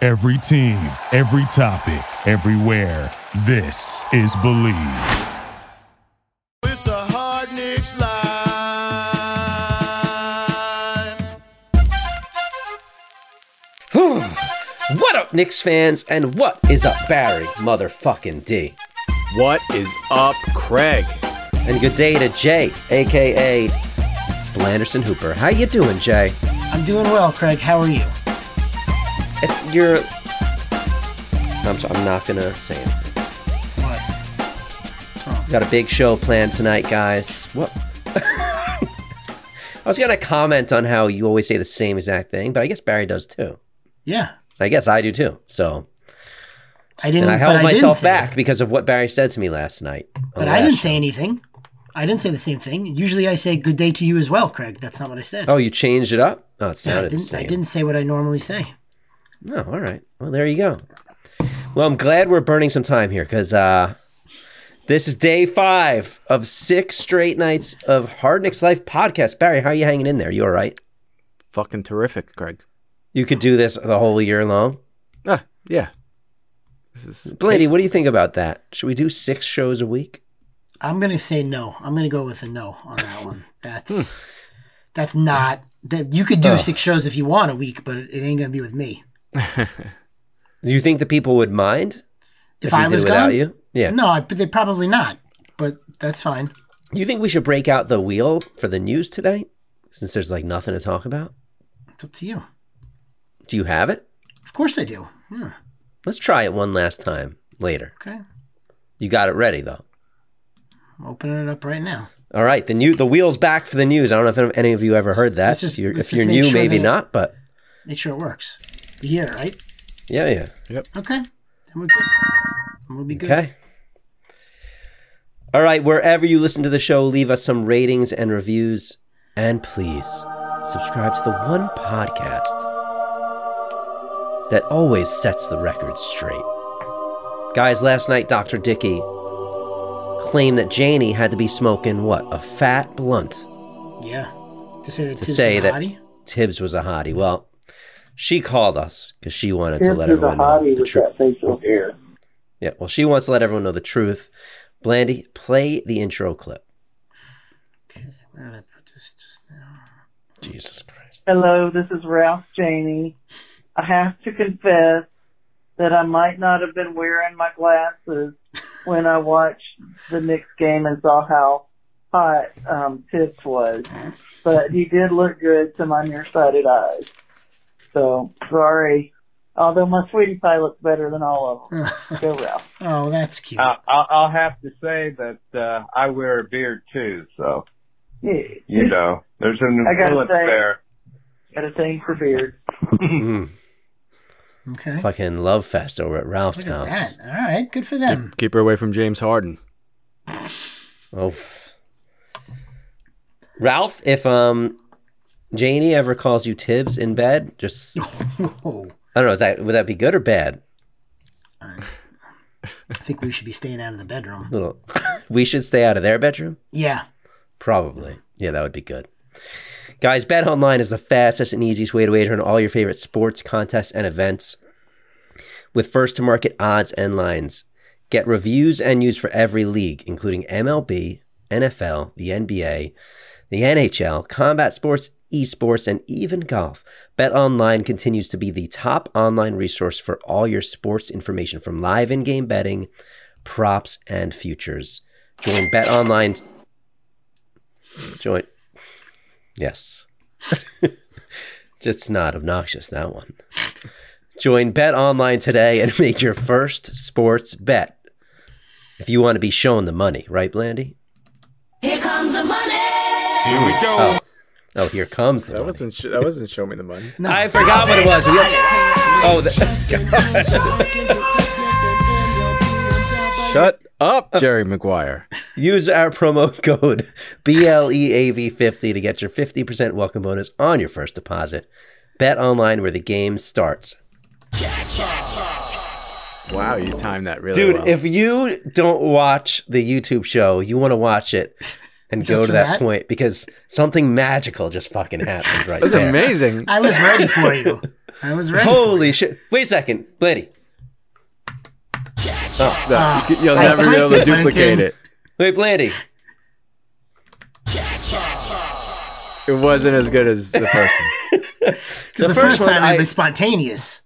Every team, every topic, everywhere. This is Believe. It's a hard Knicks live. What up, Knicks fans, and what is up, Barry motherfucking D? What is up, Craig? And good day to Jay, aka Blanderson Hooper. How you doing, Jay? I'm doing well, Craig. How are you? It's your. I'm, so- I'm not gonna say it. What? What's wrong? Got a big show planned tonight, guys. What? I was gonna comment on how you always say the same exact thing, but I guess Barry does too. Yeah, I guess I do too. So, I didn't. and I held Mm, but I didn't myself say, back because of what Barry said to me last night. on But the I last didn't show. say anything. I didn't say the same thing. Usually, I say good day to you as well, Craig. That's not what I said. Oh, you changed it up? Oh, it yeah, I sounded the didn't. same. I didn't say what I normally say. Oh, all right. Well, there you go. Well, I'm glad we're burning some time here because uh, this is day five of six straight nights of Hard Nick's Life podcast. Barry, how are you hanging in there? You all right? Fucking terrific, Craig. You could do this the whole year long. Ah, yeah. This is Blady, what do you think about that? Should we do six shows a week? I'm gonna say no. I'm gonna go with a no on that one. Hmm. That's that's not that you could do six shows if you want a week, but it, it ain't gonna be with me. Do you think the people would mind If, we I was did without gone, you? Yeah. no, I, but they probably not. But that's fine. You think we should break out the wheel for the news today since there's like nothing to talk about? It's up to you. Do you have it? Of course, I do. Yeah. Let's try it one last time later. Okay. You got it ready though. I'm opening it up right now. All right, the new the wheels back for the news. I don't know if any of you ever heard that. Let's just- You're- let's if you're just make new, sure maybe that- not, but Make sure it works. The year, right? yeah, yeah. Okay. Then we're good. Then We'll be good. Okay. All right, wherever you listen to the show, leave us some ratings and reviews, and please subscribe to the one podcast that always sets the record straight. Guys, last night Dr. Dickey claimed that Janie had to be smoking what a fat blunt Yeah. To say that to Tibbs say is a that hottie? Tibbs was a hottie. Well, she called us because she wanted to Here's let everyone the know hottie the with truth. that facial hair. Yeah, well, she wants to let everyone know the truth. Blandy, play the intro clip. Where did I put this just now? Jesus Christ. Hello, this is Ralph Janey. I have to confess that I might not have been wearing my glasses when I watched the Knicks game and saw how hot um, Pitts was, but he did look good to my nearsighted eyes. So sorry, although my sweetie pie looks better than all of them. Go Ralph. Oh, that's cute. I, Uh, I'll I'll have to say that uh, I wear a beard too, so Yeah, you know there's an I gotta influence say- there. got a thing for beard. Mm, okay. fucking love fest over at Ralph's Look at house. that. All right. Good for them. Keep her away from James Harden. Oh. f- Ralph, if um Janie ever calls you Tibbs in bed, just I Whoa. don't know, is that would that be good or bad? I think we should be staying out of the bedroom. Little we should stay out of their bedroom? Yeah. Probably. Yeah, that would be good. Guys, Bet Online is the fastest and easiest way to wager on all your favorite sports, contests, and events with first to market odds and lines. Get reviews and news for every league, including MLB, NFL, the NBA, the NHL, combat sports, esports, and even golf. Bet Online continues to be the top online resource for all your sports information from live in game betting, props, and futures. Join Bet Online's joint. Yes. Just not obnoxious, that one. Join Bet Online today and make your first sports bet. If you want to be shown the money, right, Blandy? Here comes the money. Here we go. Oh, here comes the money. Sh- that wasn't show me the money. I forgot what it was. We- Oh, the- Shut up, Jerry Maguire. use our promo code E BLEAV50 to get your 50% welcome bonus on your first deposit. Bet online where the game starts. Wow, you timed that really Dude, well. if you don't watch the YouTube show, you want to watch it and go Just to for that, that? point because something magical just fucking happened right that's there. amazing. I was ready for you. I was ready. for Holy shit! Wait a second, Blaney. No, you- You'll Ah. I never be liked able to it when it duplicate didn't. it. Wait, Blaney. It wasn't as good as the first one. Because the, The first, first one, time I- it was spontaneous.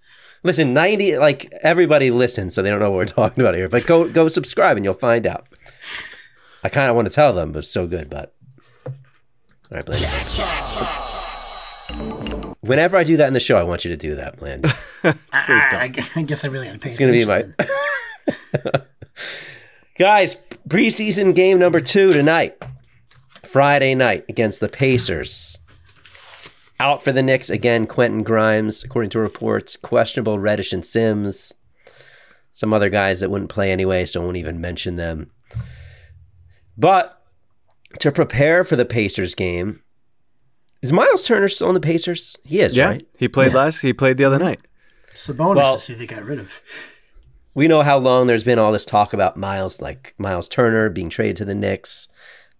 Listen, ninety like everybody listens, so they don't know what we're talking about here. But go go subscribe and you'll find out. I kind of want to tell them, but it's so good. But all right, Blandy. Whenever I do that in the show, I want you to do that, Blandy. Ah, I, gu- I guess I really gotta pay It's gonna be my guys. Preseason game number two tonight, Friday night against the Pacers. Out for the Knicks again, Quentin Grimes, according to reports, questionable Reddish and Sims. Some other guys that wouldn't play anyway, so I won't even mention them. But to prepare for the Pacers game, is Miles Turner still on the Pacers? He is, Yeah, right? he played last. He played the other night. Sabonis Well- is who they got rid of. we know how long there's been all this talk about Miles, like Miles Turner being traded to the Knicks.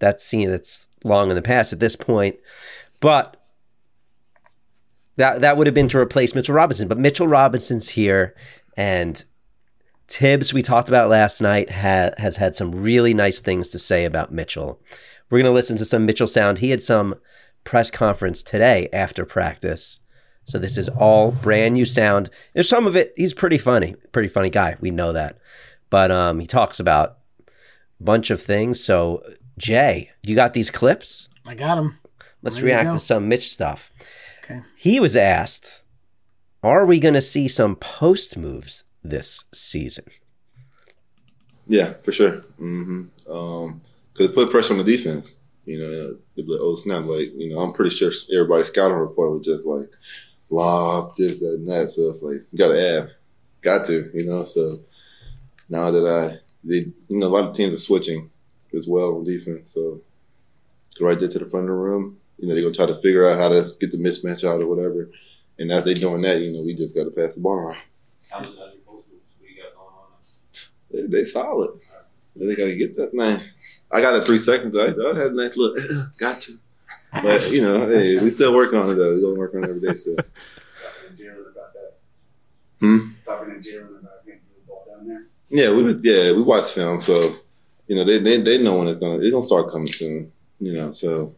That's seen that's long in the past at this point, but that that would have been to replace Mitchell Robinson. But Mitchell Robinson's here, and Tibbs we talked about last night ha- has had some really nice things to say about Mitchell. We're gonna listen to some Mitchell sound. He had some press conference today after practice. So this is all brand new sound. There's some of it. He's pretty funny, pretty funny guy. We know that, but um, he talks about a bunch of things. So Jay, you got these clips? I got him. Let's There you react go. to some Mitch stuff. Okay. He was asked, "Are we going to see some post moves this season?" Yeah, for sure. Mm-hmm. Um, Cause it put pressure on the defense. You know, they'd be like, "Oh snap!" Like, you know, I'm pretty sure everybody's scouting report was just like lob this, that, and that. So it's like you got to add, got to, you know. So now that I, they, you know, a lot of teams are switching as well on defense. So go right there to the front of the room. You know, they gonna try to figure out how to get the mismatch out or whatever. And as they doing that, you know, we just got to pass the ball around. They, they solid. They gotta get that man. I got it three seconds. I, I had a nice look. gotcha. But you know, hey, we still working on it though. We gonna work on it every day. So Hmm? yeah, we yeah we watch film, so you know they they, they know when it's gonna it's gonna start coming soon. You know, so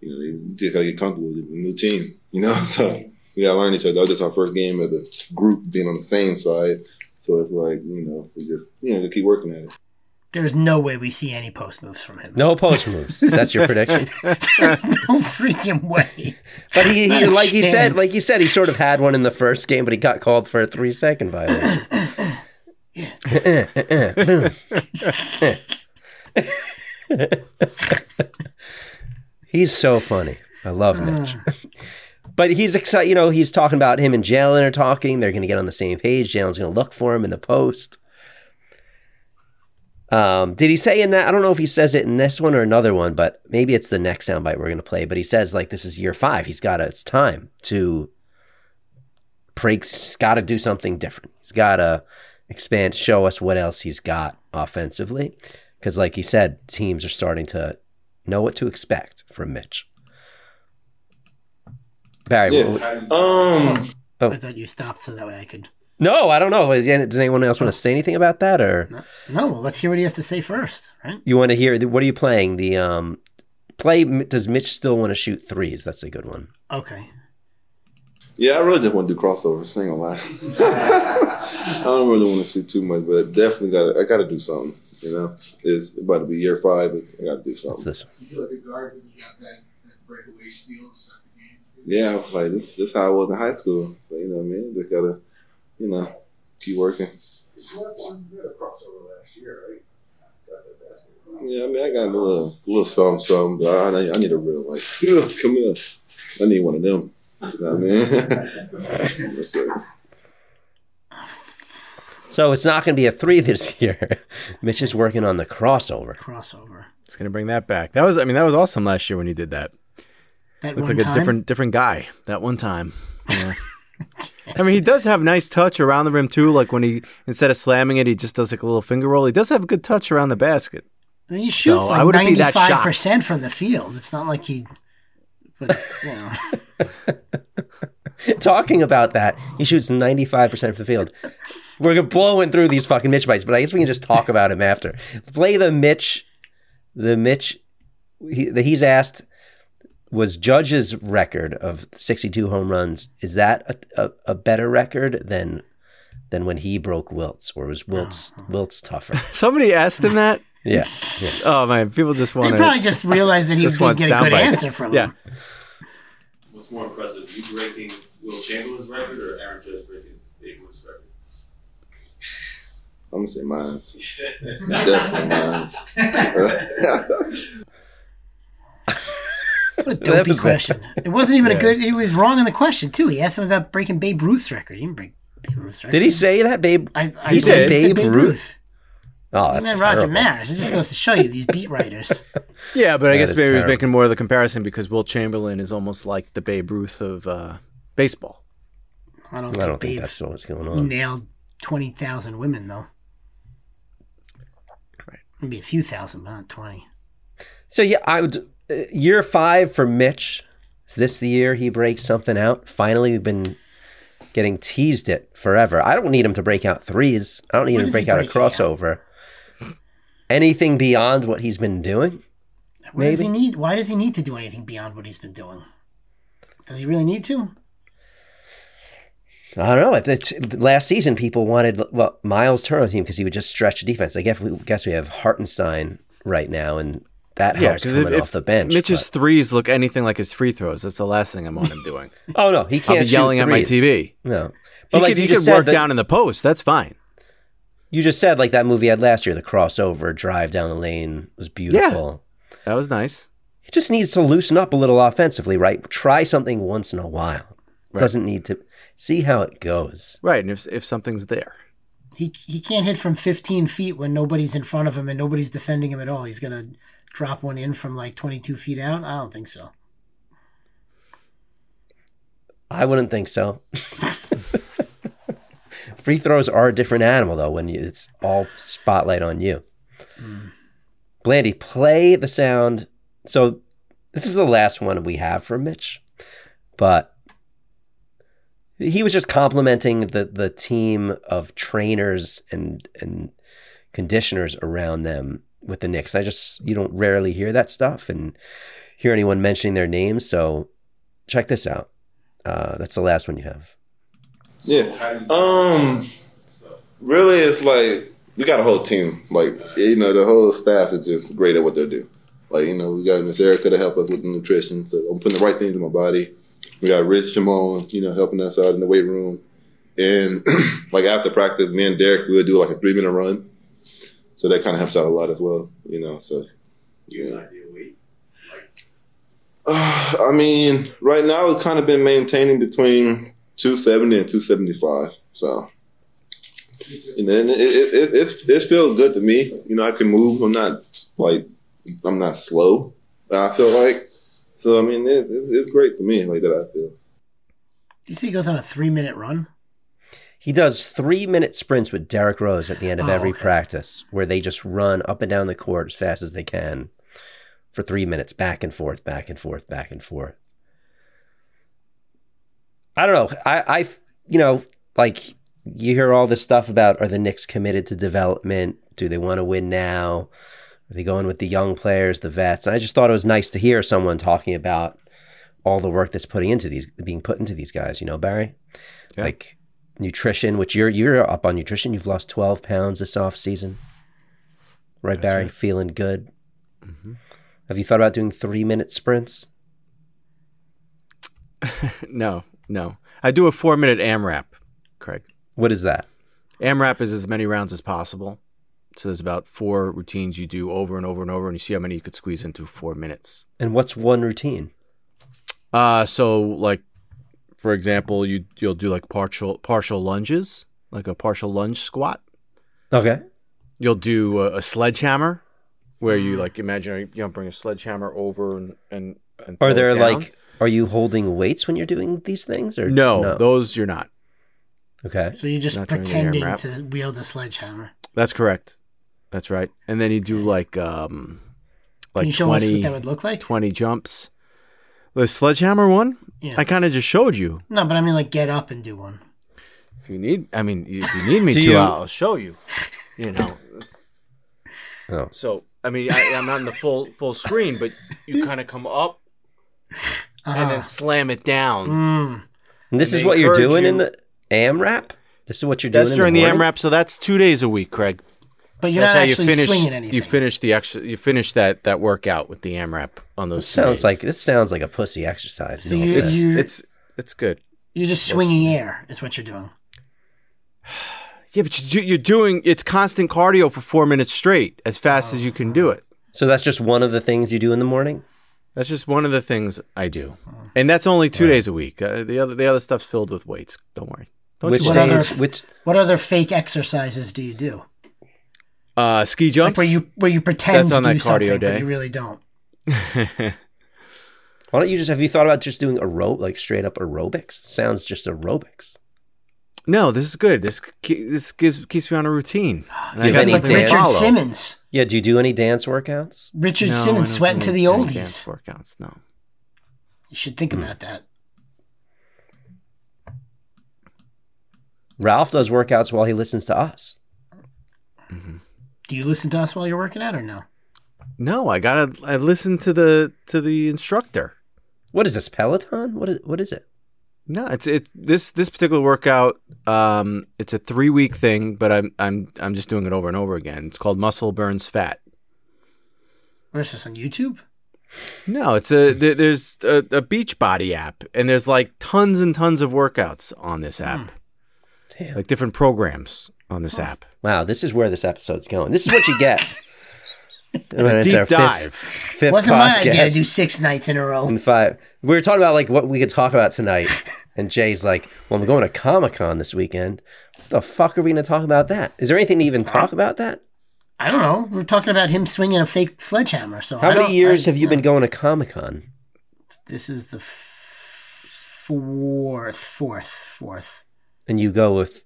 you know they just gotta get comfortable with the new team. You know, so we gotta learn each other. That was just our first game as a group being on the same side. So it's like you know we just you know keep working at it. There's no way we see any post moves from him. No post moves. That's your prediction. There's no freaking way. But he, Not he a like he said, chance. like he said, he sort of had one in the first game, but he got called for a three second violation. he's so funny. I love Mitch. But he's excited. You know, he's talking about him and Jalen are talking. They're going to get on the same page. Jalen's going to look for him in the post. Um, did he say in that? I don't know if he says it in this one or another one, but maybe it's the next soundbite we're going to play. But he says like this is year five. He's got to. It's time to break. He's got to do something different. He's got to expand, show us what else he's got offensively. Because like he said, teams are starting to know what to expect from Mitch. Barry, what- Yeah. Um. I thought you stopped so that way I could. no, I don't know. Is- Does anyone else want to say anything about that, or No, no well, let's hear what he has to say first, right? you want to hear? What are you playing? The um, play. Does Mitch still want to shoot threes? That's a good one. Okay. Yeah, I really just want to do crossovers. I ain't gonna lie. I don't really want to shoot too much, but definitely got to I got to do something. You know, it's about to be year five, but I got to do What's something. this? one? He's like a guard when he got that, that breakaway steal to start the game. Yeah, I was like this. This how I was in high school. So you know, what I mean, just gotta, you know, keep working. You had one you had a crossover last year, right? Got that basketball. Yeah, I mean, I got a little, a little something, something, but I, I need a real like, "Ugh, come here. I need one of them. You know what I mean? That's it. So it's not going to be a three this year. Mitch is working on the crossover. Crossover. Just gonna bring that back. That was, I mean, that was awesome last year when you did that. That Looked one like time. a different, different guy that one time. Yeah. I mean, he does have nice touch around the rim too. Like when he instead of slamming it, he just does like a little finger roll. He does have a good touch around the basket. I mean, he shoots So, I like wouldn't be that shocked. ninety-five percent from the field. It's not like he. But, you know. talking about that, he shoots 95% from the field. We're blowing through these fucking Mitch bites, but I guess we can just talk about him after. Play the Mitch, the Mitch he, that he's asked was Judge's record of 62 home runs. Is that a, a, a better record than than when he broke Wilt's, or was Wilt's Oh. Wilt's tougher? Somebody asked him that. Yeah. yeah. Oh man, people just They want. probably just realized that he Just didn't want get a good soundbite. answer from Yeah. him. What's more impressive, you breaking Will Chamberlain's record or Aaron Judge breaking Abram's record? I'm gonna say mine's. Definitely mine's. What a That dopey was a- question. It wasn't even a Yeah. good. He was wrong in the question too. He asked him about breaking Babe Ruth's record. He didn't break Babe Ruth's record. Did he say that, babe? I, I he believe said he Babe, Ruth. Oh, that's And then Roger terrible. Maris. It just goes to show you these beat writers. Yeah, but I That guess is maybe he's terrible. making more of the comparison because Will Chamberlain is almost like the Babe Ruth of uh, baseball. I don't I think don't think Babe that's what's going on. nailed twenty thousand women though. Maybe a few thousand, but not twenty. So yeah, I would uh, year five for Mitch. Is this the year he breaks something out? Finally, we've been getting teased it forever. I don't need him to break out threes. I don't need What him to is he break out a breaking out? crossover. Anything beyond what he's been doing? What does he need? Why does he need to do anything beyond what he's been doing? Does he really need to? I don't know. It- It's, last season, people wanted well Miles Turner on the team because he would just stretch the defense. I guess we guess we have Hartenstein right now, and that helps coming off the bench. Mitch's threes look anything like his free throws, that's the last thing I'm on him doing. but- oh no, he can't. I'll be shoot yelling at my threes. TV. No, He like could, you he just could said work that- down in the post. That's fine. You just said like that movie I had last year, the crossover drive down the lane was beautiful. That was nice. He just needs to loosen up a little offensively, right? Try something once in a while. Right. Doesn't need to see how it goes. Right, and if if something's there, He he can't hit from fifteen feet when nobody's in front of him and nobody's defending him at all. He's gonna drop one in from like twenty two feet out. I don't think so. I wouldn't think so. Free throws are a different animal though when you, it's all spotlight on you. Blandy, play the sound. So this is the last one we have from Mitch, but he was just complimenting the the team of trainers and and conditioners around them with the Knicks. I just you don't rarely hear that stuff and hear anyone mentioning their names. So check this out. Uh, that's the last one you have. Yeah. Um. Really, it's like we got a whole team. Like you know, the whole staff is just great at what they do. Like you know, we got Miss Erica to help us with the nutrition, so I'm putting the right things in my body. We got Rich Shimon, you know, helping us out in the weight room. And like after practice, me and Derek, we would do like a three minute run. So that kind of helps out a lot as well, you know. So yeah. Uh, I mean, right now it's kind of been maintaining between 270 and 275. So, you know, and it, it, it, it, it feels good to me. You know, I can move. I'm not like, I'm not slow, I feel like. So, I mean, it, it, it's great for me, like that I feel. You see, he goes on a three minute run. He does three minute sprints with Derek Rose at the end of Oh, every okay. practice where they just run up and down the court as fast as they can for three minutes, back and forth, back and forth, back and forth. I don't know. I, I, you know, like you hear all this stuff about are the Knicks committed to development? Do they want to win now? Are they going with the young players, the vets? And I just thought it was nice to hear someone talking about all the work that's putting into these, being put into these guys. You know, Barry, Yeah. like nutrition, which you're you're up on nutrition. You've lost twelve pounds this off season, right, Barry? Feeling good. Mm-hmm. Have you thought about doing three minute sprints? no, no. I do a four minute AMRAP, Craig. What is that? AMRAP is as many rounds as possible. So there's about four routines you do over and over and over, and you see how many you could squeeze into four minutes. And what's one routine? Uh, so like, for example, you you'll do like partial partial lunges, like a partial lunge squat. Okay. You'll do a, a sledgehammer, where Mm. you like imagine you know bring a sledgehammer over and and. and throw Are it there down. like are you holding weights when you're doing these things or no, those you're not. okay. So you're just Not during the air pretending wrap. to wield a sledgehammer. That's correct. That's right. And then you do like um, Can like you show us what 20, that would look like? 20 jumps, The sledgehammer one? Yeah. I kind of just showed you. No, but I mean, like, get up and do one. If you need, I mean, if you need me Do to, you- I'll show you. You know. Oh. So I mean, I, I'm not in the full full screen, but you kind of come up and Ah. Mm. then slam it down. And this And is they what you're encourage doing in you- the AMRAP? This is what you're doing That's in during the, morning? AMRAP, so that's two days a week, Craig. But you're that's not how you actually finish. swinging anything. You finish the extra. You finish that that workout with the AMRAP on those. two Sounds days. like this sounds like a pussy exercise. So no you- offense. it's you- it's it's good. You're just swinging air, is what you're doing. Yeah, but you, do- you're doing it's constant cardio for four minutes straight, as fast as you can do it. so that's just one of the things you do in the morning. That's just one of the things I do, and that's only two days a week. Uh, the other the other stuff's filled with weights. Don't worry. Don't which you What worry. other, days? Which what other fake exercises do you do? Uh, ski Like jumps. where you where you pretend That's to on do that cardio something, day. but you really don't. why don't you just have you thought about just doing aerob like straight up aerobics? Sounds just aerobics. no, this is good. This ke- this gives keeps me on a routine. And I You got have any something Like to dance- Richard follow. Simmons. Yeah. Do you do any dance workouts? Richard No, I Simmons don't sweating do to the any dance oldies. Workouts. No. You should think Hmm. about that. Ralph does workouts while he listens to us. Do you listen to us while you're working out or no? No, I gotta. I listen to the to the instructor. What is this Peloton? What is what is it? No, it's it. This this particular workout, um, it's a three week thing, but I'm I'm I'm just doing it over and over again. It's called Muscle Burns Fat. Where's this on YouTube? No, it's a there, there's a, a beach body app, and there's like tons and tons of workouts on this app, Hmm. Damn. like different programs on this app. Wow, this is where this episode's going. This is what you get. I mean, it's our Deep fifth- dive. fifth Wasn't my idea to podcast do six nights in a row. in five. We were talking about like what we could talk about tonight, and Jay's like, "Well, I'm going to Comic Con this weekend. What the fuck are we going to talk about that? Is there anything to even talk about that? I don't know. We're talking about him swinging a fake sledgehammer. So How I many don't- years I- have you been going to Comic Con? This is the f- fourth, fourth, fourth. And you go with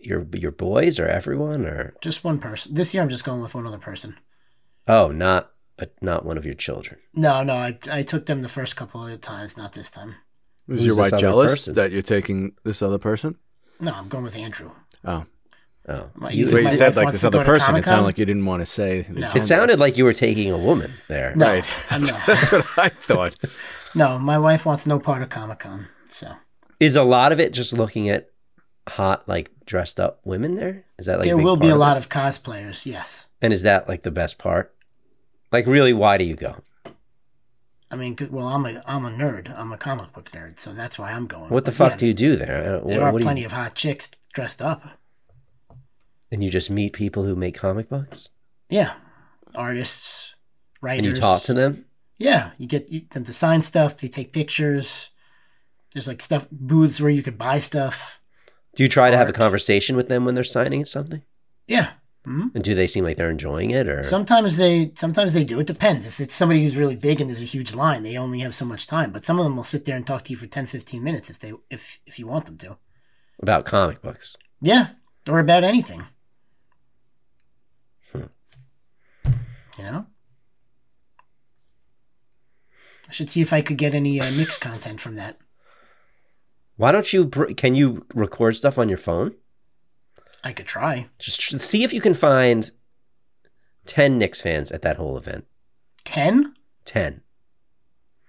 your your boys or everyone or Just one person. This year, I'm just going with one other person. oh, not not one of your children. No, no, I, I took them the first couple of times, not this time. Was Who's your this wife other jealous person? that you're taking this other person? No, I'm going with Andrew. Oh, Oh, My- the You- way you my said wife like wants this to other go to person, it sounded Comic-Con? like you didn't want to say. the No. It gender. it sounded like you were taking a woman there. No, right. I'm That's, not. that's what I thought. No, my wife wants no part of Comic Con. So Is a lot of it just looking at hot, like dressed up women there? Is that like there big will be part a it? lot of cosplayers. Yes, And is that like the best part? Like, really, why do you go? I mean, good- well, I'm a I'm a nerd. I'm a comic book nerd, so that's why I'm going. What the But fuck yeah, do you do there? I don't- There what- are what do you- plenty of hot chicks dressed up. and you just meet people who make comic books, Yeah, artists, writers. and you talk to them. Yeah, you get you, them to sign stuff. They take pictures. There's like stuff booths where you could buy stuff. Do you try to have a Art. conversation with them when they're signing something? Yeah. hmm And do they seem like they're enjoying it, or Sometimes they sometimes they do. It depends. If it's somebody who's really big and there's a huge line, they only have so much time. But some of them will sit there and talk to you for 10, 15 minutes if they if if you want them to. about comic books? Yeah, or about anything. Hmm. You know? I should see if I could get any uh, mixed content from that. Why don't you? br- Can you record stuff on your phone? I could try. Just tr- see if you can find ten Knicks fans at that whole event. 10? Ten.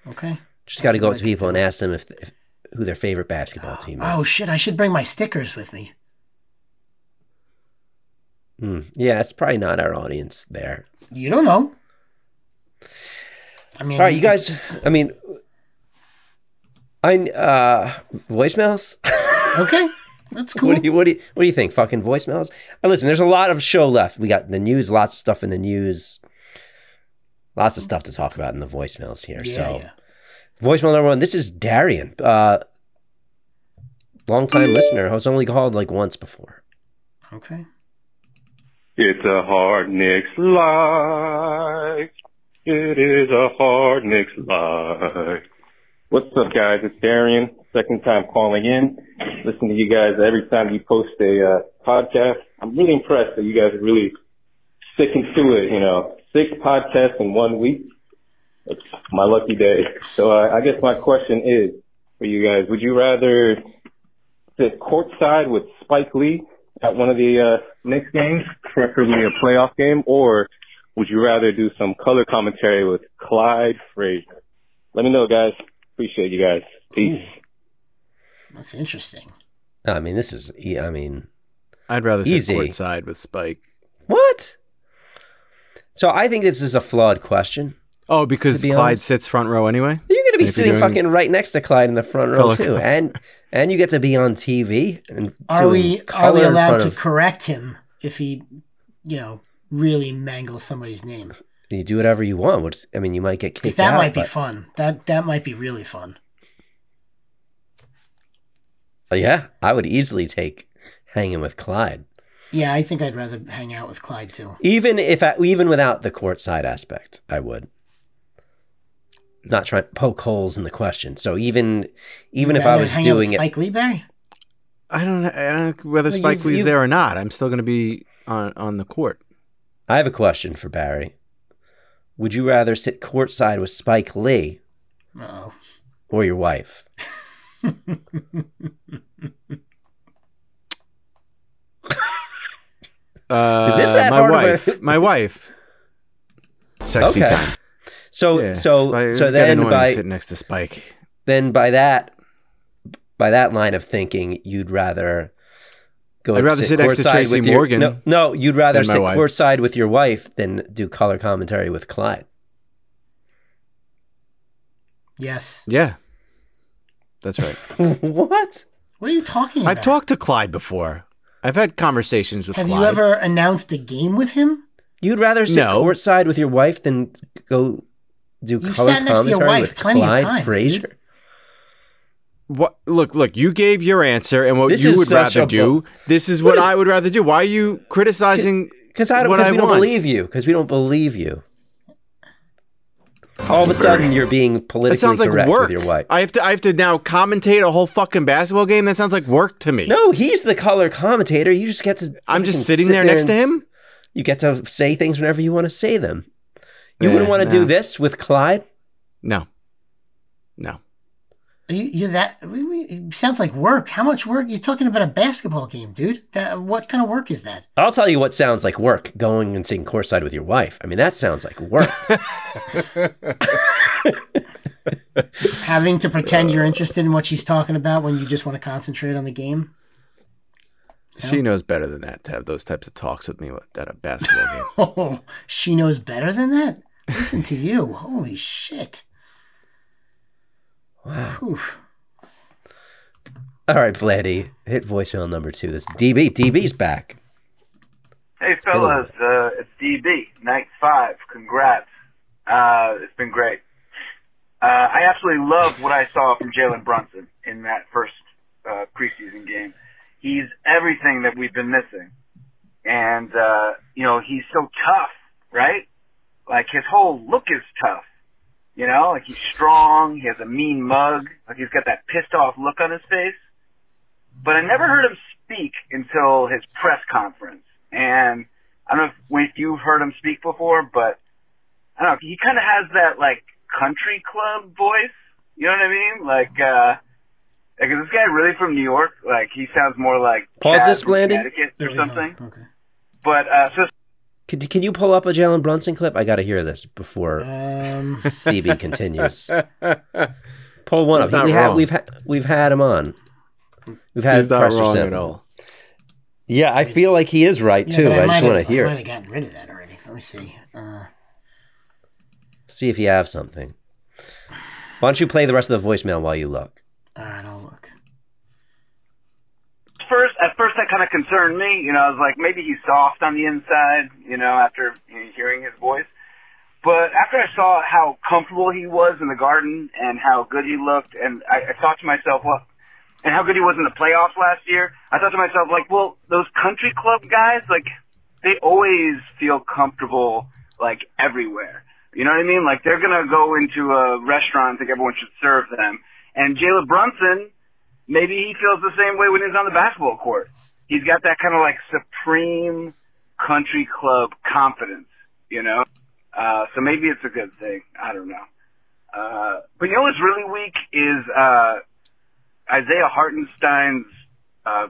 Okay. Just got to That's go what up I to could people and ask them if, if who their favorite basketball team is. Oh, shit. I should bring my stickers with me. Hmm. yeah, it's probably not our audience there. You don't know. I mean, All right, we you could- guys. I mean, I uh, voicemails. Okay. That's cool. What do you what do you what do you think? Fucking voicemails. Uh, listen, there's a lot of show left. We got the news, lots of stuff in the news, lots of stuff to talk about in the voicemails here. yeah, so yeah. voicemail number one. This is Darian, uh, longtime listener. I was only called like once before. Okay. It's a hard Nick's life. It is a hard Nick's life. What's up, guys? It's Darian. Second time calling in. Listen to you guys every time you post a uh, podcast. I'm really impressed that you guys are really sticking to it. You know, six podcasts in one week. It's my lucky day. So uh, I guess my question is for you guys: Would you rather sit courtside with Spike Lee at one of the uh, Knicks games, preferably a playoff game, or would you rather do some color commentary with Clyde Frazier? Let me know, guys. Appreciate you guys. Peace. That's interesting. I mean, this is. e- I mean, I'd rather sit Easy. courtside with Spike. What? So I think this is a flawed question. Oh, because To be Clyde honest. sits front row anyway. You're going to be If you're sitting doing- fucking right next to Clyde in the front row Color too, and and you get to be on TV. And Are doing we are color we in allowed front to of- correct him if he, you know, really mangles somebody's name? You do whatever you want. Which I mean, you might get Because kicked that out. might be but- fun. That that might be really fun. Yeah, I would easily take hanging with Clyde, Yeah, I think I'd rather hang out with Clyde too. even if I, even without the courtside aspect, I would. Not trying to poke holes in the question. So even even if I Rather was hang out with doing it, Spike Lee Barry? I don't know, I don't know whether Well, Spike you've- Lee's you've- there or not. I'm still going to be on on the court. I have a question for Barry. Would you rather sit courtside with Spike Lee Oh, or your wife? Uh, this that my part of wife? it? my wife. Sexy time. So Yeah, so Spike- so get then annoying by sitting next to Spike. then by that by that line of thinking, you'd rather go. I'd and rather sit next to courtside Tracy with your- Morgan No, no, you'd rather than my sit wife. courtside with your wife than do color commentary with Clyde. yes. Yeah, that's right. what? What are you talking about? I've talked to Clyde before. I've had conversations with Have Clyde. you ever announced a game with him? You'd rather sit No. courtside with your wife than go do You've color sat next to your commentary wife with plenty of Clyde times, dude. Frazier. What? Look, look. You gave your answer, and what This you is would such rather a do. bu- This is what, is- I would rather do. Why are you criticizing? Because I don't. what Because I we don't want? believe you. Because we don't believe you. All of a sudden, you're being politically That sounds like correct work. with your wife. I have to. I have to now commentate a whole fucking basketball game. That sounds like work to me. no, he's the color commentator. You just get to. I'm just fucking sitting sit there next to and s- him. You get to say things whenever you want to say them. You Yeah, wouldn't want to do nah. this with Clyde. No, no. Are you, you're that. we- we- It sounds like work. How much work? You're talking about a basketball game, dude. That what kind of work is that? I'll tell you what sounds like work: going and sitting courtside with your wife. I mean, that sounds like work. Having to pretend you're interested in what she's talking about when you just want to concentrate on the game. She knows better than that to have those types of talks with me with- at a basketball game. Oh, she knows better than that. Listen to you. Holy shit. Wow. Whew. All right, Vladdy, hit voicemail number two. This is DB. DB's back. Hey, fellas, uh, it's DB, night five. Congrats. Uh, it's been great. Uh, I absolutely love what I saw from Jalen Brunson in that first uh, preseason game. He's everything that we've been missing. And, uh, you know, he's so tough, right? Like, his whole look is tough. You know, like he's strong, he has a mean mug, like he's got that pissed off look on his face. But I never heard him speak until his press conference and I don't know if, if you've heard him speak before, but I don't know. He kind of has that like country club voice. You know what I mean? Like, uh, like is this guy really from New York? Like, he sounds more like Pause Chad this, from Blandy. Connecticut or something. Okay. But uh, so Can, can you pull up a Jalen Brunson clip? I got to hear this before Um, DB continues. Pull one He's up. not We wrong. have, we've had we've had him on. We've had He's not pressure wrong sent. at all. Yeah, I feel like he is right yeah, too. but I, just might want to have- I hear. might have gotten rid of that already. Let me see. Uh, See if you have something. Why don't you play the rest of the voicemail while you look? all right, I'll look. first, at first that kind of concerned me. You know, I was like, maybe he's soft on the inside, you know, after you know, hearing his voice. But after I saw how comfortable he was in the garden and how good he looked, and I, I thought to myself, well, and how good he was in the playoffs last year, I thought to myself, like, well, those country club guys, like, they always feel comfortable, like, everywhere. You know what I mean? Like, they're going to go into a restaurant, think everyone should serve them. And Jalen Brunson, maybe he feels the same way when he's on the basketball court. He's got that kind of like supreme country club confidence, you know? Uh, so maybe it's a good thing. I don't know. Uh, but you know what's really weak is uh, Isaiah Hartenstein's uh,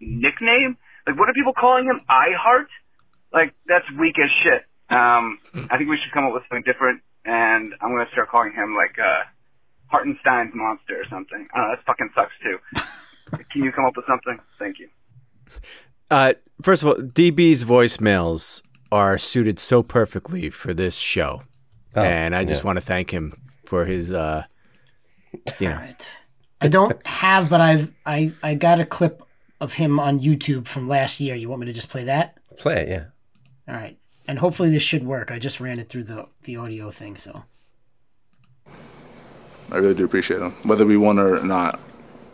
nickname. Like, what are people calling him? I Heart? Like, that's weak as shit. Um, I think we should come up with something different, and I'm going to start calling him, like, uh, Hartenstein's Monster or something. I don't know, that fucking sucks, too. Can you come up with something? Thank you. Uh, first of all, DB's voicemails are suited so perfectly for this show, Oh, and I just yeah. want to thank him for his, uh, you know, I don't have, but I've I I got a clip of him on YouTube from last year. You want me to just play that? Play it, yeah. All right, and hopefully this should work. I just ran it through the the audio thing, so I really do appreciate them, whether we won or not,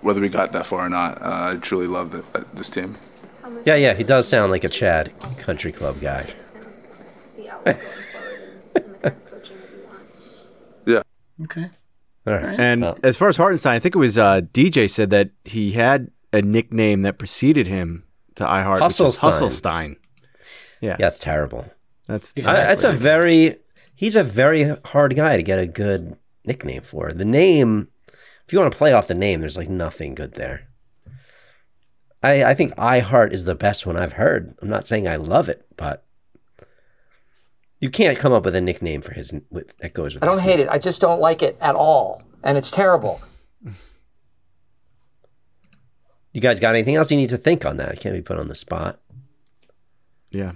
whether we got that far or not. Uh, I truly love th- uh, this team. Yeah, yeah, he does sound like a Chad country club guy. Yeah. okay. All right. And as far as Hartenstein, I think it was uh, DJ said that he had a nickname that preceded him to iHeart, which is Hustlestein. Yeah, that's terrible. That's I- that's a very he's a very hard guy to get a good nickname for. The name, if you want to play off the name, there's like nothing good there. I I think I Heart is the best one I've heard. I'm not saying I love it, but you can't come up with a nickname for his with, that goes with. I don't hate it. I just don't like it at all, and it's terrible. You guys got anything else you need to think on that? It can't be put on the spot. Yeah.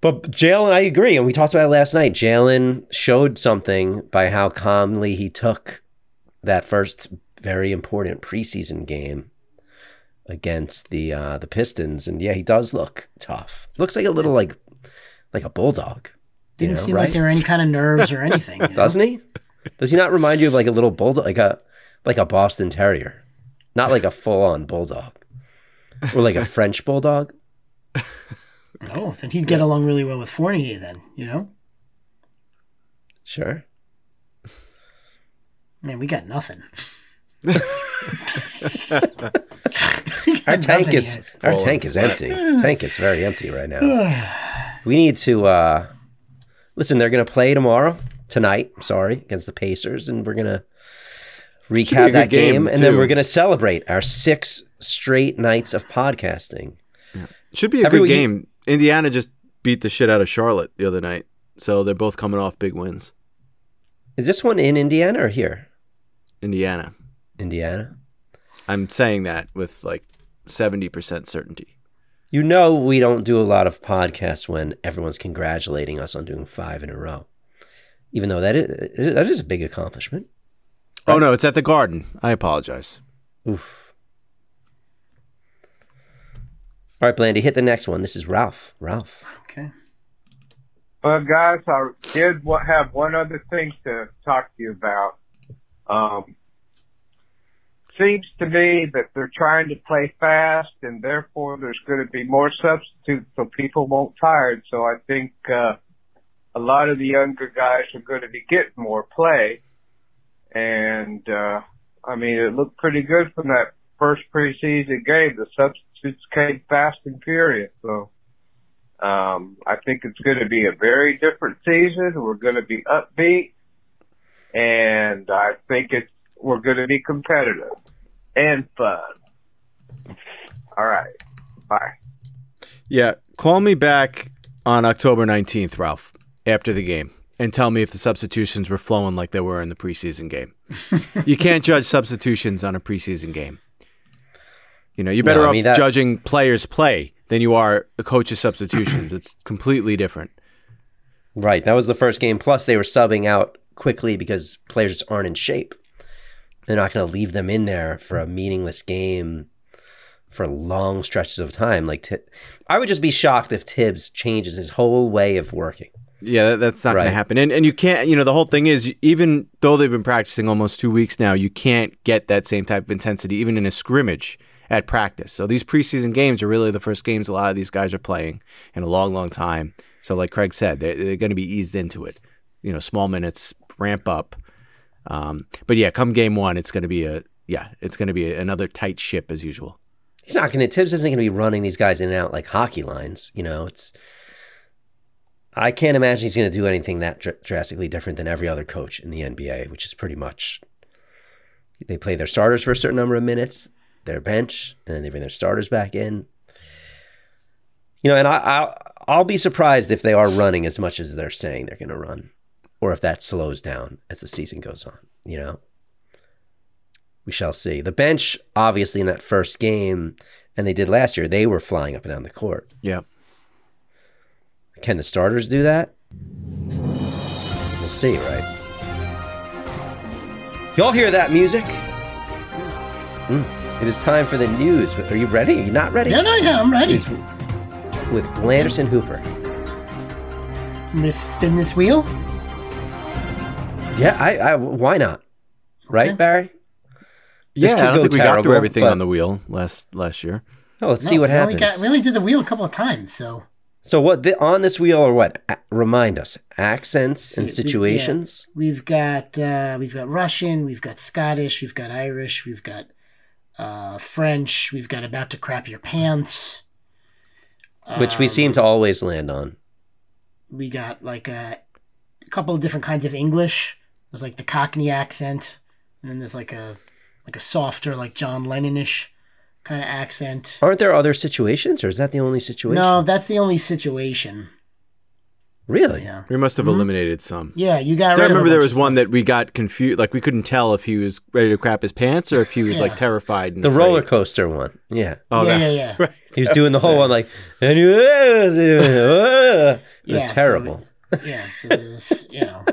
But Jalen, I agree, and we talked about it last night. Jalen showed something by how calmly he took that first very important preseason game against the uh, the Pistons, and yeah, he does look tough. Looks like a little like like a bulldog. you didn't know, seem right? like there were any kind of nerves or anything. you know? Doesn't he? Does he not remind you of like a little bulldog, like a like a Boston Terrier, not like a full on bulldog, or like a French bulldog? Oh, then he'd get along really well with Fournier. Then you know, Sure. man, we got nothing. our Nothing tank yet. is our tank is empty. tank is very empty right now. we need to uh, listen. They're going to play tomorrow, tonight. Sorry, against the Pacers, and we're going to Should be a recap good that game, game, and then too. we're going to celebrate our six straight nights of podcasting. Should be a Every good week- game. Indiana just beat the shit out of Charlotte the other night, so they're both coming off big wins. Is this one in Indiana or here? Indiana. Indiana. I'm saying that with like seventy percent certainty. You know, we don't do a lot of podcasts when everyone's congratulating us on doing five in a row, even though that is, that is a big accomplishment. Oh no, it's at the Garden. I apologize. Oof. All right, Blandy, hit the next one. This is Ralph. Ralph. Okay. Well, guys, I did wa- have one other thing to talk to you about. Um, seems to me that they're trying to play fast, and therefore there's going to be more substitutes, so people won't tired. So I think uh, a lot of the younger guys are going to be getting more play, and uh, I mean it looked pretty good from that first preseason game. The substitutes came fast and furious, so. Um, I think it's going to be a very different season. We're going to be upbeat, and I think it's we're going to be competitive and fun. All right, bye. Yeah, call me back on October 19th, Ralph, after the game, and tell me if the substitutions were flowing like they were in the preseason game. you can't judge substitutions on a preseason game. You know, you're No, better I off mean, that- judging players' play than you are a coach's substitutions. it's completely different. Right. That was the first game. Plus, they were subbing out quickly because players aren't in shape. They're not going to leave them in there for a meaningless game for long stretches of time. Like, Ti- I would just be shocked if Tibbs changes his whole way of working. Yeah, that, that's not going Right. to happen. And and you can't, you know, the whole thing is even though they've been practicing almost 2 weeks now, you can't get that same type of intensity even in a scrimmage at practice. So these preseason games are really the first games a lot of these guys are playing in a long long time. So like Craig said, they're, they're going to be eased into it. You know, small minutes ramp up. Um, but yeah, come game 1, it's going to be a yeah, it's going to be another tight ship as usual. He's not going to, Tibbs isn't going to be running these guys in and out like hockey lines. You know, it's, I can't imagine he's going to do anything that dr- drastically different than every other coach in the NBA, which is pretty much they play their starters for a certain number of minutes, their bench, and then they bring their starters back in. You know, and I, I I'll be surprised if they are running as much as they're saying they're going to run, or if that slows down as the season goes on. You know, we shall see. The bench, obviously, in that first game, and they did last year, they were flying up and down the court. Yeah. Can the starters do that? We'll see, right? Y'all hear that music? Mm. It is time for the news. Are you ready? Are you not ready? Yeah, no, yeah, I'm ready. It's with Blanderson Hooper. I'm gonna spin this wheel. Yeah, I, I why not? Right, Barry? Yeah, This could I go don't think we got terrible, through everything but- on the wheel last last year. Oh, let's see No, what we only happens. got- we only did the wheel a couple of times, so So what the, on this wheel or what? A- remind us accents and We've- yeah. situations. We've got uh, we've got Russian, we've got Scottish, we've got Irish, we've got uh, French, we've got about to crap your pants. which we Um, seem to always land on. we got like a, a couple of different kinds of English. There's like the Cockney accent, and then there's like a like a softer, like John Lennonish kind of accent. Aren't there other situations, or is that the only situation? No, that's the only situation. Really? Yeah. We must have Mhm. eliminated some. Yeah, you got. So I rid of a remember there bunch was of one that we got confused. Like we couldn't tell if he was ready to crap his pants or if he was Yeah. like terrified. And The afraid. roller coaster one. Yeah. Oh, yeah, that- yeah, yeah, Right. He was doing the whole one like, and you- it was Yeah, so- terrible. yeah. So there's you know.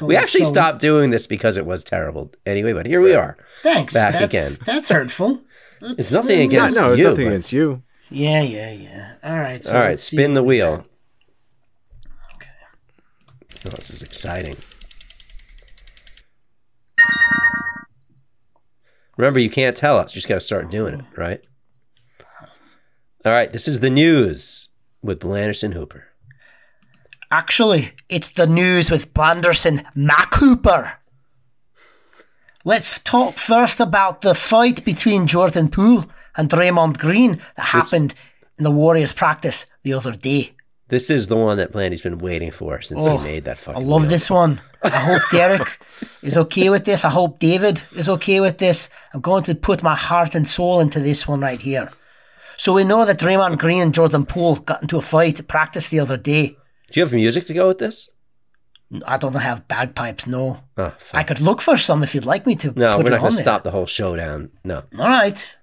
we only actually so- stopped doing this because it was terrible anyway, but here we are. Thanks. Back that's, again. That's hurtful. It's nothing against no, it's you. nothing but- against you. Yeah, yeah, yeah. All right. So All right, let's see spin the what- wheel. Okay. Oh, this is exciting. Remember, you can't tell us. You just got to start doing it, right? All right, this is the news with Blanderson Hooper. Actually, it's the news with Blanderson MacHooper. Let's talk first about the fight between Jordan Poole and Draymond Green that happened in the Warriors practice the other day. This is the one that Blandy's been waiting for since Oh, he made that I fucking. love wheel. this one. I hope Derek is okay with this. I hope David is okay with this. I'm going to put my heart and soul into this one right here. So we know that Draymond Green and Jordan Poole got into a fight at practice the other day. Do you have music to go with this? I don't have bagpipes, no. Oh, I could look for some if you'd like me to. no, put we're it not on going to there. stop the whole showdown. No. All right.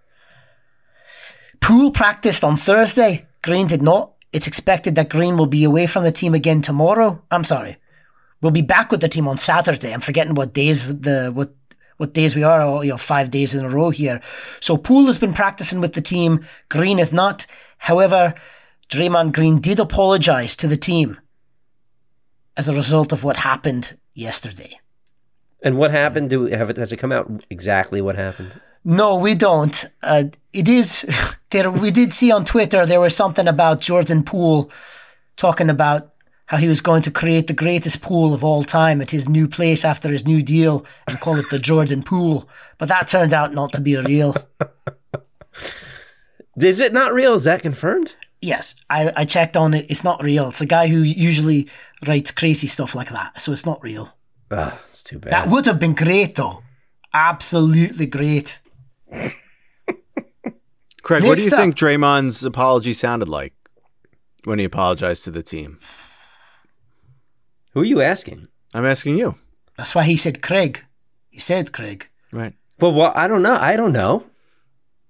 Poole practiced on Thursday. Green did not. It's expected that Green will be away from the team again tomorrow. I'm sorry. We'll be back with the team on Saturday. I'm forgetting what days the what what days we are. Oh, you know, five days in a row here. So Poole has been practicing with the team. Green is not. However, Draymond Green did apologize to the team as a result of what happened yesterday. And what happened? Do we have it? Has it come out exactly what happened? No, we don't. Uh, it is there. We did see on Twitter there was something about Jordan Poole talking about how he was going to create the greatest pool of all time at his new place after his new deal and call it the Jordan Pool. But that turned out not to be real. Is it not real? Is that confirmed? Yes, I, I checked on it. It's not real. It's a guy who usually writes crazy stuff like that, so it's not real. Ah, it's too bad. That would have been great, though. Absolutely great. Craig, what do Next you up- think Draymond's apology sounded like when he apologized to the team? Who are you asking? I'm asking you. That's why he said Craig. He said Craig. Right. But what? I don't know. I don't know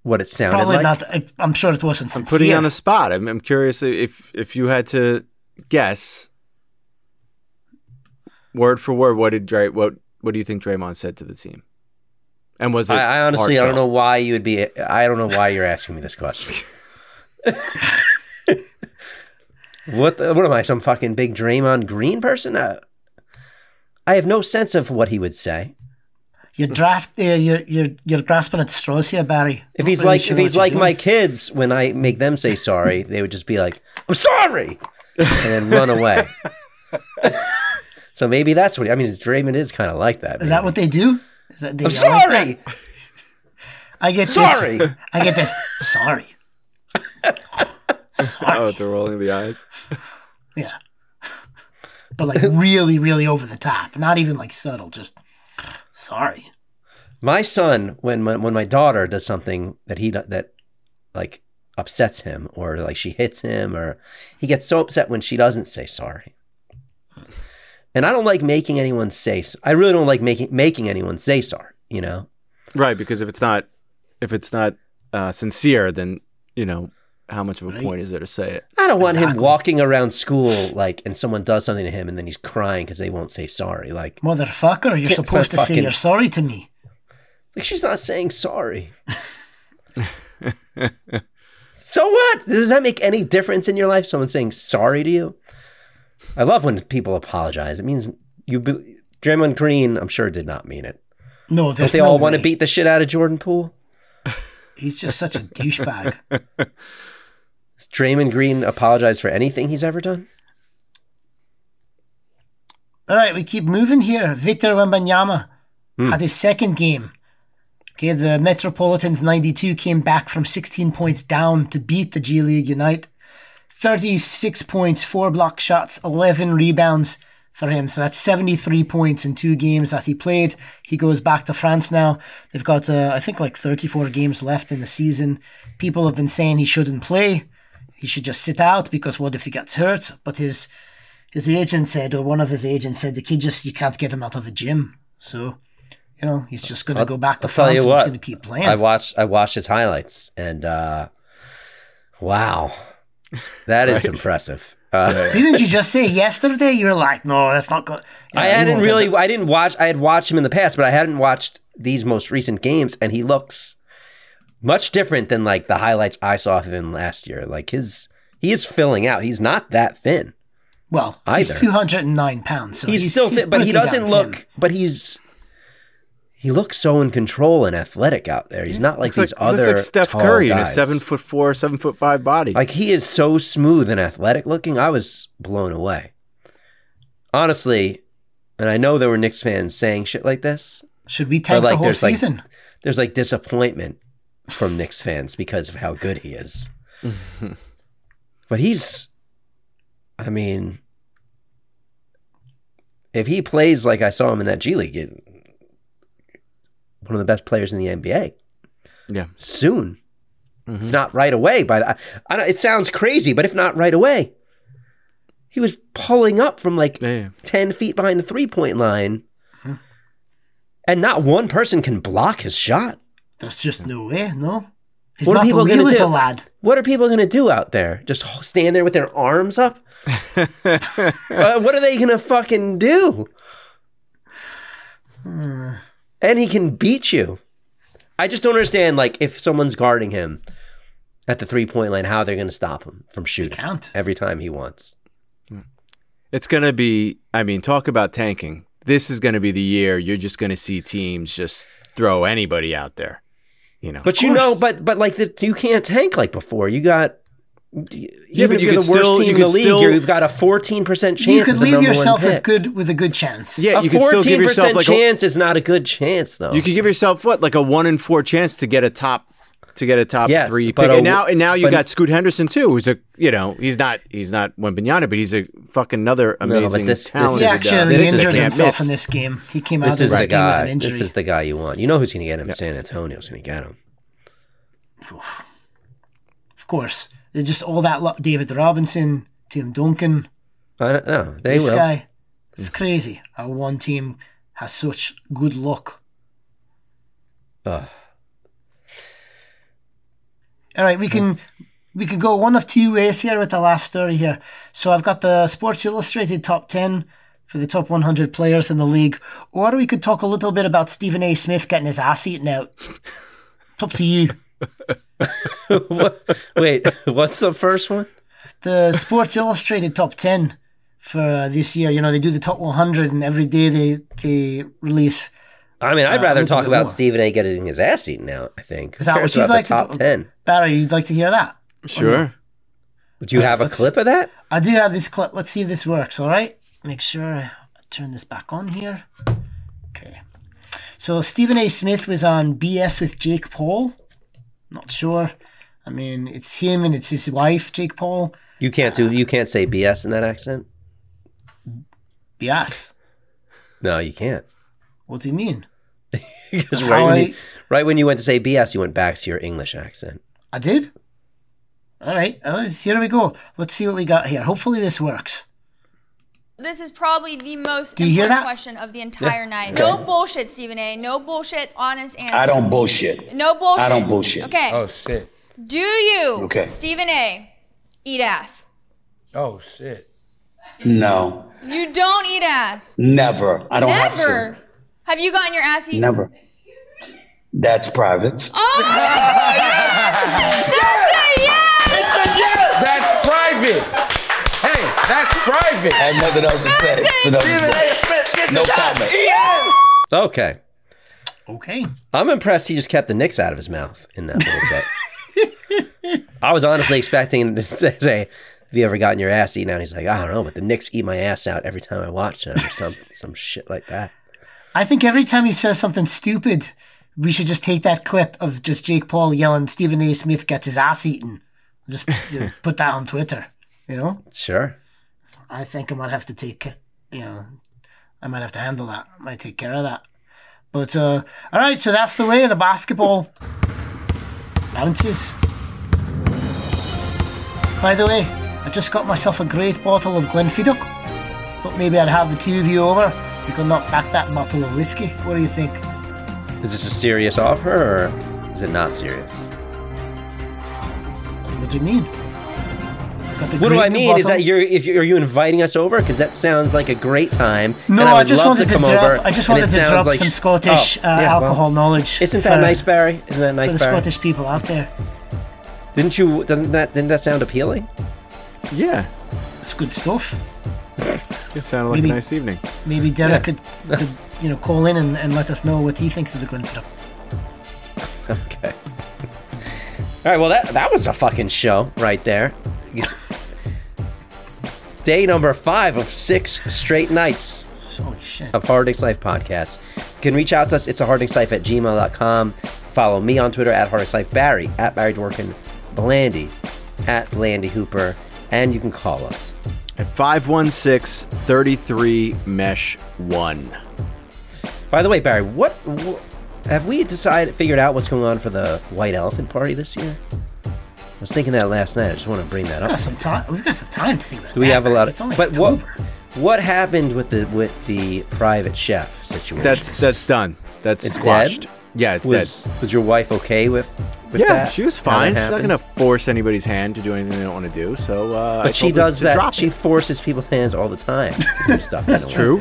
what it sounded Probably like. not. I, I'm sure it wasn't I'm sincere. putting you on the spot. I'm, I'm curious if if you had to guess word for word what did Dray, what what do you think Draymond said to the team? And was it I, I honestly, I don't know heartfelt? why you would be. I don't know why you're asking me this question. what? The, what am I? Some fucking big Draymond Green person? I, I have no sense of what he would say. You're draft. Uh, you're you're you're grasping at straws here, Barry. If Not he's really like, sure if he's what like you're my doing. kids, when I make them say sorry, they would just be like, "I'm sorry," and then run away. so maybe that's what. I mean, Draymond is kind of like that. is that what they do? Is that they I'm yell like sorry. that? I get This. Sorry. I get this. Sorry. Oh, they're rolling the eyes. Yeah. but like really, really over the top. Not even like subtle. Just sorry. My son, when my, when my daughter does something that he do- that like upsets him, or like she hits him, or he gets so upset when she doesn't say sorry. And I don't like making anyone say. s- I really don't like making making anyone say sorry. You know, Right, because if it's not if it's not uh, sincere, then you know how much of a point is there to say it? I don't want him walking around school like, and someone does something to him, and then he's crying because they won't say sorry. Like, Motherfucker, you're Get supposed to say fucking- you're sorry to me. Like she's not saying sorry. so what? Does that make any difference in your life? Someone saying sorry to you? I love when people apologize. It means you. Be- Draymond Green, I'm sure, did not mean it. No, Don't there's they no all want to way. beat the shit out of Jordan Poole? He's just such a douchebag. Has Draymond Green apologized for anything he's ever done? All right, we keep moving here. Victor Wembanyama Hmm. had his second game. Okay, the Metropolitans 92 came back from 16 points down to beat the G League Unite. 36 points, four block shots, 11 rebounds for him. So that's 73 points in two games that he played. He goes back to France now. They've got, uh, I think, like 34 games left in the season. People have been saying he shouldn't play. He should just sit out because what if he gets hurt? But his his agent said, or one of his agents said, the kid just you can't get him out of the gym. So, you know, he's just going to I'll- go back to I'll tell France. you And he's what, going to keep playing. I watched I watched his highlights and uh wow. That is Right. impressive. Uh, Didn't you just say yesterday? You're like, no, that's not good. I hadn't really I didn't watch I had watched him in the past, but I hadn't watched these most recent games and he looks much different than like the highlights I saw of him last year. Like his he is filling out. He's not that thin. Well, either. he's 209 pounds. So he's, still fit, but he pretty doesn't damn look thin. but he's he looks so in control and athletic out there. He's not like Looks these like, other looks like Steph tall Curry in a guys. seven foot four, seven foot five body. Like he is so smooth and athletic looking. I was blown away. Honestly, and I know there were Knicks fans saying shit like this. Should we but, tank the whole there's, season? Like, there's like disappointment from Knicks fans because of how good he is. but he's I mean if he plays like I saw him in that G League, he's one of the best players in the NBA yeah, soon. If not right away, but I, I don't, it sounds crazy, but if not right away, he was pulling up from like 10 feet behind the three point line, and not one person can block his shot. There's just no way, no. He's What are not people a wee gonna do? little lad. What are people going to do out there? Just h- stand there with their arms up? Uh, what are they going to fucking do? And he can beat you. I just don't understand, like, if someone's guarding him at the three point line, how they're going to stop him from shooting can't. every time he wants. it's gonna be. I mean, talk about tanking. This is gonna be the year you're just gonna see teams just throw anybody out there. You know, But you know, but but like the, you can't tank like before. You got even but if you you are the could worst still- team you in the could league, still- you're- you've got a fourteen percent chance. You could of the leave number one yourself with pick. good with a good chance. Yeah, a you could still give yourself, 14% like, a- chance is not a good chance though. You could give yourself what like a one in four chance to get a top to get a top Yes, three but pick. a- and now and now you but- got Scoot Henderson too, who's a you know he's not he's not Wembignana, but he's a fucking another but amazing this- this talent. He is- uh, actually this is injured the- himself this- in this game. He came out This of is this the game with guy. an This injury. is the guy you want. You know who's going to get him? San Antonio's going to get him. Of course, They're just all that. Lo- David Robinson, Tim Duncan, I don't know. They this will. guy. It's crazy how one team has such good luck. Ugh. All right, we can we could go one of two ways here with the last story here. So I've got the Sports Illustrated top ten for the top 100 players in the league, or we could talk a little bit about Stephen A. Smith getting his ass eaten out. It's up to you. Wait, what's the first one? the Sports Illustrated top 10 for uh, this year. You know, they do the top 100 and every day they, they release. I mean, I'd Uh, rather a little talk bit about more. Stephen A. getting his ass eaten out. I think. Is that Who what cares you'd about the like to top do- ten? Barry, you'd like to hear that? Sure. Do you have a Let's- clip of that? I do have this clip. Let's see if this works, all right? Make sure I turn this back on here. Okay. So Stephen A. Smith was on BS with Jake Paul. Not sure. I mean, it's him and it's his wife, Jake Paul. You can't do. You can't say BS in that accent. Yes. No, you can't. What do you mean? Because That's right, how when I- you- right when you went to say BS, you went back to your English accent. I did. All right. uh, Here we go. Let's see what we got here. Hopefully this works. This is probably the most Do you hear important that? question of the entire night. Okay. No bullshit, Stephen A. No bullshit, honest answer. I don't bullshit. No bullshit. I don't bullshit. Okay. shit. Do you, Okay. Stephen A, eat ass? Oh shit. No. You don't eat ass. Never. I don't Never. have to. Have you gotten your ass eaten? Never. That's private. Oh! That's a yes! That's private. Hey, that's private. I have nothing else to say. Nothing else to say. No comment. Okay. Okay. I'm impressed he just kept the nicks out of his mouth in that little bit. I was honestly expecting him to say, Have you ever gotten your ass eaten out? He's like, I don't know, but the Knicks eat my ass out every time I watch them or some, some shit like that. I think every time he says something stupid, we should just take that clip of just Jake Paul yelling Stephen A. Smith gets his ass eaten. Just just put that on Twitter. You know, Sure. I think I might have to take you know, I might have to handle that. I might take care of that. But uh, all right, so that's the way the basketball bounces. By the way, I just got myself a great bottle of Glenfiddich. Thought maybe I'd have the two of you over. We could knock back that bottle of whiskey. What do you think? Is this a serious offer or is it not serious? What do you mean? Got the What do great I new mean? Is bottle. that you're if you are you inviting us over? Because that sounds like a great time. No, and I, I, would just love to wanted to, come drop. over. I just and it wanted to sounds drop like- some Scottish Oh, uh, yeah, well, alcohol knowledge. Isn't that for- nice, Barry? Isn't that nice, for the Barry? Scottish people out there? Didn't you? Doesn't that? Didn't that sound appealing? Yeah. It's good stuff. It sounded like Maybe- a nice evening. Maybe Derek Yeah. could, could, you know, call in and, and let us know what he thinks of the Glenfiddich. Okay. All right. Well, that that was a fucking show right there. You s- Day number five of six straight nights Holy shit. of Harding's Life podcast. You can reach out to us. It's a Harding's Life at gmail.com. Follow me on Twitter at Harding's Life Barry, at Barry Dworkin, Blandy, at Blandy Hooper, and you can call us. At 516 33 Mesh 1. By the way, Barry, what, wh- have we decided figured out what's going on for the White Elephant Party this year? I was thinking that last night. I just want to bring that We've up. got some time. We've got some time to think about Do we that. have a lot It's only of? But what what happened with the with the private chef situation? That's that's done. That's It's squashed. dead? Yeah, it's Was- dead. Was your wife okay with? with yeah, that? she was How fine. that She's not happened? gonna force anybody's hand to do anything they don't want to do. So, uh, I But she told her does to that. Drop she it. forces people's hands all the time. to do stuff. That's true.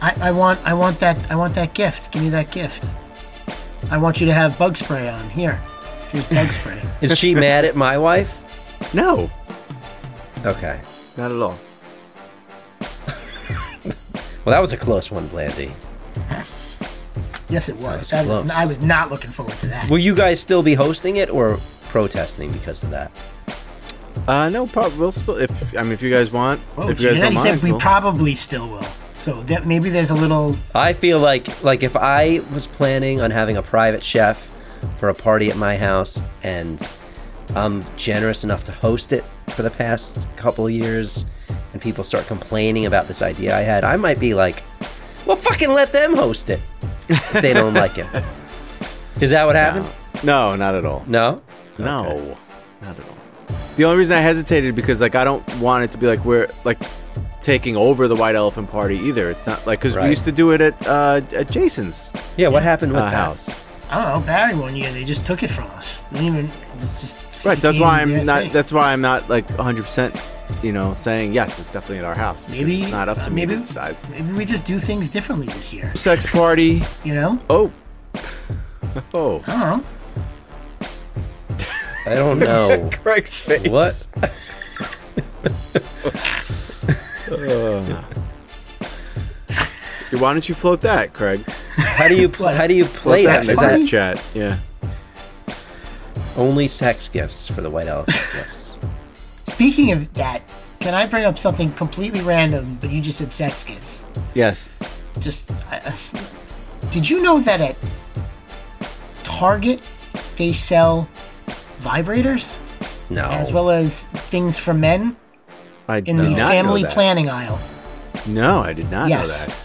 I, I want I want that I want that gift. Give me that gift. I want you to have bug spray on here. Here's bug spray. Is she mad at my wife? No. Okay. Not at all. Well, that was a close one, Blandy. Yes, it was. That That was close. was, I was not looking forward to that. Will you guys still be hosting it or protesting because of that? Uh, no, probably we'll still. If I mean, if you guys want, Oh, if you guys don't he mind, said we we'll- probably still will. So that maybe there's a little. I feel like like if I was planning on having a private chef for a party at my house and I'm generous enough to host it for the past couple of years and people start complaining about this idea I had, I might be like, well fucking let them host it. If they don't like it. Is that what happened? No, not at all. No? No. Not at all. The only reason I hesitated because like I don't want it to be like we're like taking over the White Elephant Party either. It's not like because Right. we used to do it at uh, at Jason's. Yeah, what happened with uh, that? house? I don't know. Barry one year they just took it from us. They didn't even. It's just. Right, so that's became why their I'm thing. not. That's why I'm not like 100, percent you know, saying yes. It's definitely at our house. because Maybe- it's not up to uh, me maybe- to decide. Maybe we just do things differently this year. Sex party. You know. Oh. Oh. I don't know. I don't know. Craig's face. What? Uh, why don't you float that, Craig? How do you pl- how do you What's play that? that Is in the that group chat? Yeah. only sex gifts for the white elephant gifts? Speaking of that, can I bring up something completely random? But you just said sex gifts. Yes. Just. I, did you know that at Target they sell vibrators No. as well as things for men I in did the Oh. not know family that. planning aisle? No, I did not Yes. know that.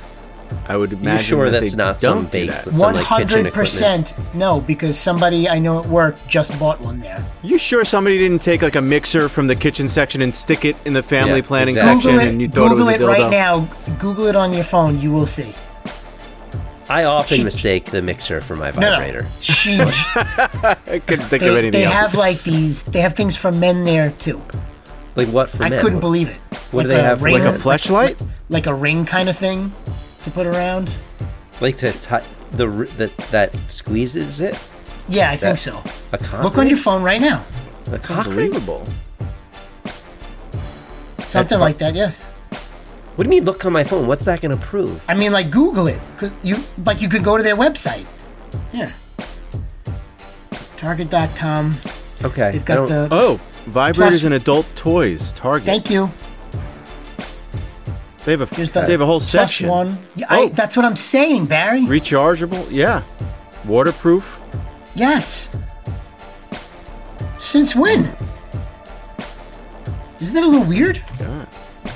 I would imagine. You sure that that's they not don't some do bait that. with some One like kitchen hundred equipment? percent no, because somebody I know at work just bought one there. You sure somebody didn't take like a mixer from the kitchen section and stick it in the family Yeah, planning exactly. section, Google it, and you thought Google it it, was a dildo? right now. Google it on your phone. You will see. I often mistake the mixer for my No, no. vibrator. She, I couldn't think they, of anything they else. have like these. They have things for men there too. Like what for I men? couldn't believe it. What do they have? for ring- men? fleshlight? Like a ring kind of thing to put around. Like to touch the r- that that squeezes it. Yeah, I think That- so. A cock. Look on your phone right now. A cock ring? Unbelievable. Something fu- like that. Yes. What do you mean? Look on my phone. What's that going to prove? I mean, like Google it, 'cause you like you could go to their website. Yeah. Target.com. Okay. They've got the. Oh, vibrators Plus- and adult toys. Target. Thank you. They have a the they have a whole plus section. one. Yeah, I, Oh. That's what I'm saying, Barry. Rechargeable. Yeah. Waterproof. Yes. Since when? Isn't that a little weird? God.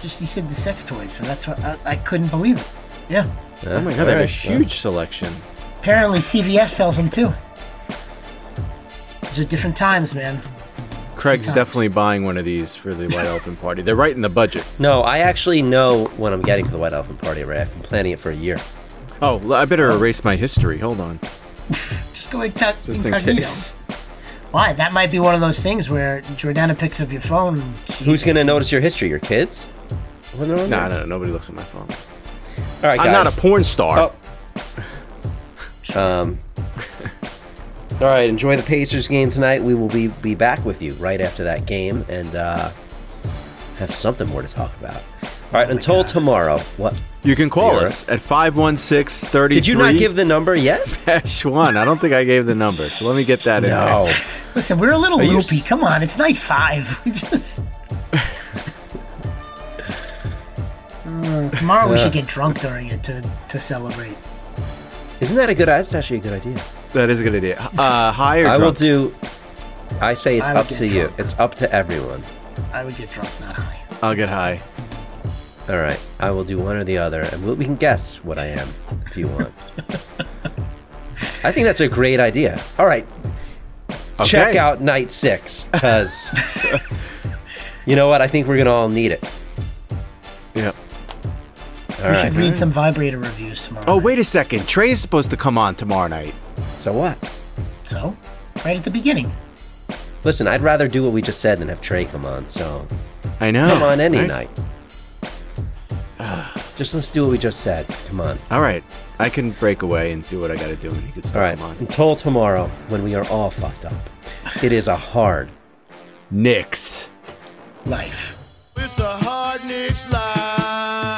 Just you said the sex toys, so that's what I, I couldn't believe it. Yeah. Oh my god, they have a huge selection. Apparently CVS sells them too. These are different times, man. Craig's Nice. definitely buying one of these for the White Elephant Party. They're right in the budget. No, I actually know what I'm getting for the White Elephant Party. Right, I've been planning it for a year. Oh, l- I better erase my history. Hold on. Just go inco- Just in incognito. case. Why? That might be one of those things where Jordana picks up your phone. And she, Who's going to notice your history? Your kids? Well, no, No, no, nobody looks at my phone. All right, guys. Oh. I'm not a porn star. Um, all right, enjoy the Pacers game tonight. We will be, be back with you right after that game and uh, have something more to talk about. All Oh right, until tomorrow. What? You can call Yeah, us at 516 33 Did you not give the number yet? Dash one. I don't think I gave the number, so let me get that in. No. there. Listen, we're a little Are you loopy. Come on, it's night five. We just. Mm, tomorrow we Yeah. should get drunk during it to, to celebrate. Isn't that a good idea? That's actually a good idea. That is a good idea. Uh, higher. I will drunk. do. I say it's I would up get to you. drunk. It's up to everyone. I would get drunk, not high. I'll get high. All right, I will do one or the other, and we we can guess what I am if you want. I think that's a great idea. All right, check Okay. out night six because you know what? I think we're gonna all need it. Yep. All we should right. read some vibrator reviews tomorrow. Oh, wait a second. Trey's supposed to come on tomorrow night. So what? So, right at the beginning. Listen, I'd rather do what we just said than have Trey come on. So I know. come on any Oh, right? night. Just let's do what we just said. Come on. All right. I can break away and do what I got to do, and he can still All right. come on. Until tomorrow, when we are all fucked up. It is a hard Nix. Life. It's a hard Knicks life.